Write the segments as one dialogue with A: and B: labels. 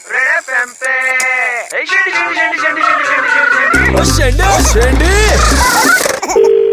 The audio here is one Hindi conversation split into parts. A: एफएम पे ए, शेंडी, शेंडी, शेंडी, शेंडी, शेंडी, शेंडी, शेंडी, शेंडी।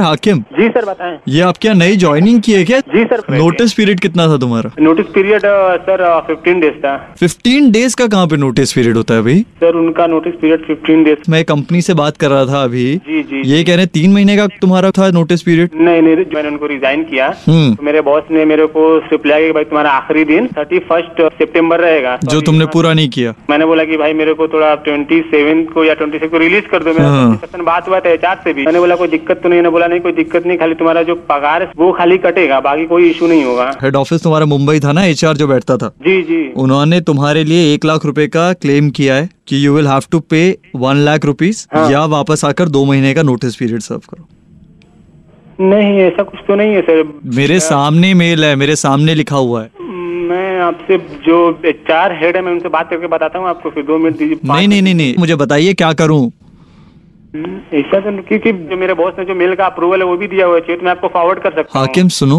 B: हाकिम
C: जी सर बताएं
B: ये आपके यहाँ नई ज्वाइनिंग की है क्या
C: जी सर
B: नोटिस पीरियड कितना था तुम्हारा
C: notice period sir fifteen days uh, था
B: फिफ्टीन डेज का कहाँ पे नोटिस पीरियड होता है भाई
C: सर उनका नोटिस पीरियड फिफ्टीन डेज
B: मैं कंपनी से बात कर रहा था अभी
C: जी जी
B: ये कह रहे हैं तीन महीने का तुम्हारा था नोटिस पीरियड
C: नहीं नहीं मैंने उनको रिजाइन किया
B: हम्म।
C: तो मेरे बॉस ने मेरे को स्लिप लिया कि भाई तुम्हारा आखिरी दिन थर्टी फर्स्ट सेप्टेम्बर रहेगा
B: जो
C: Sorry,
B: तुमने
C: हाँ।
B: पूरा नहीं किया
C: मैंने बोला कि भाई मेरे को थोड़ा ट्वेंटी सेवन को या ट्वेंटी को रिलीज कर दो मेरा
B: हाँ।
C: 20% बात हुआ था एच से भी मैंने बोला कोई दिक्कत तो नहीं है बोला नहीं कोई दिक्कत नहीं खाली तुम्हारा जो पगार है वो खाली कटेगा बाकी कोई इशू नहीं होगा
B: हेड ऑफिस तुम्हारा मुंबई था ना एचआर जो बैठता था
C: जी जी
B: उन्होंने तुम्हारे लिए एक लाख रुपए का क्लेम किया है कि you will have to pay one lakh rupees
C: हाँ।
B: या वापस आकर दो महीने का नोटिस पीरियड सर्व करो
C: नहीं ऐसा कुछ तो नहीं है सर
B: मेरे
C: अच्छा।
B: सामने मेल है मेरे सामने लिखा हुआ है
C: मैं आपसे जो चार हेड है मैं उनसे बात करके बताता हूँ आपको फिर दो मिनट दीजिए
B: नहीं नहीं नहीं नहीं मुझे बताइए क्या करूं
C: नहीं ऐसा तो क्योंकि जो मेरे बॉस ने जो मेल का अप्रूवल है वो भी दिया हुआ है चेट मैं आपको फॉरवर्ड कर सकता हूँ
B: हाकिम सुनो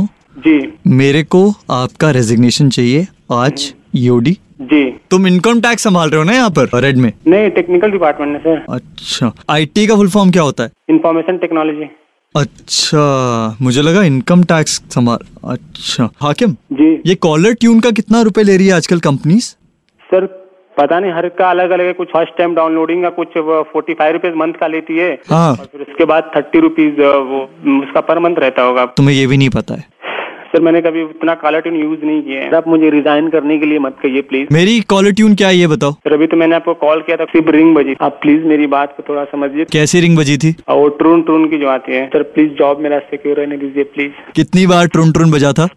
C: जी
B: मेरे को आपका रेजिग्नेशन चाहिए आज ईओडी
C: जी
B: तुम इनकम टैक्स संभाल रहे हो ना यहाँ पर रेड में
C: नहीं टेक्निकल डिपार्टमेंट है सर
B: अच्छा आईटी का फुल फॉर्म क्या होता है
C: इंफॉर्मेशन टेक्नोलॉजी
B: अच्छा मुझे लगा इनकम टैक्स संभाल अच्छा हाकिम
C: जी
B: ये कॉलर ट्यून का कितना रुपए ले रही है आजकल कंपनीज
C: सर पता नहीं हर का अलग अलग है कुछ फर्स्ट टाइम डाउनलोडिंग का कुछ फोर्टी फाइव रुपीज मंथ का लेती है
B: हाँ
C: और फिर उसके बाद थर्टी रुपीज वो उसका पर मंथ रहता होगा
B: तुम्हें ये भी नहीं पता है
C: सर मैंने कभी उतना काला ट्यून यूज नहीं किया है आप मुझे रिजाइन करने के लिए मत कहिए प्लीज
B: मेरी कॉलर ट्यून क्या है ये बताओ
C: सर अभी तो मैंने आपको कॉल किया था सिर्फ रिंग बजी आप प्लीज मेरी बात को थोड़ा समझिए
B: कैसी रिंग बजी थी
C: और वो ट्रून ट्रून की जो आती है सर प्लीज जॉब मेरा सिक्योर रहने दीजिए प्लीज
B: कितनी बार ट्रून ट्रून बजा था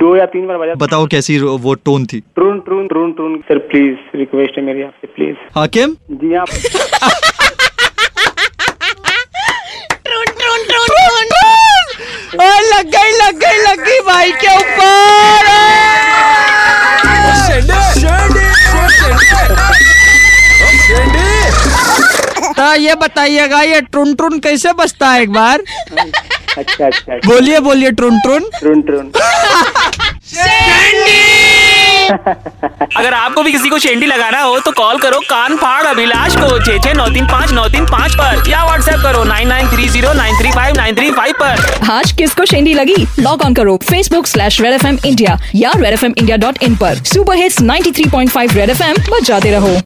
C: दो या तीन बार बजा
B: बताओ कैसी रो- वो टोन थी
C: ट्रून ट्रून ट्रून ट्रून सर प्लीज रिक्वेस्ट है मेरी आपसे प्लीज
B: हाकिम
C: जी हाँ। आप
D: ट्रून ट्रून ट्रून ट्रून ओए लग गई लग गई लग गई भाई के ऊपर तो ये बताइएगा ये ट्रून ट्रून कैसे बजता है एक बार
C: अच्छा अच्छा अच्छा।
D: बोलिए बोलिए ट्रून ट्रून
C: ट्रून ट्रून
E: अगर आपको भी किसी को शेंडी लगाना हो तो कॉल करो कान फाड़ अभिलाष को छे छे नौ तीन पाँच नौ तीन पाँच पर या व्हाट्सएप करो nine nine three zero nine three five nine three five पर
F: आज किसको शेंडी लगी लॉग ऑन करो Facebook slash Red F M India या Red F M India dot in पर super hits 93.5 Red F M बजाते रहो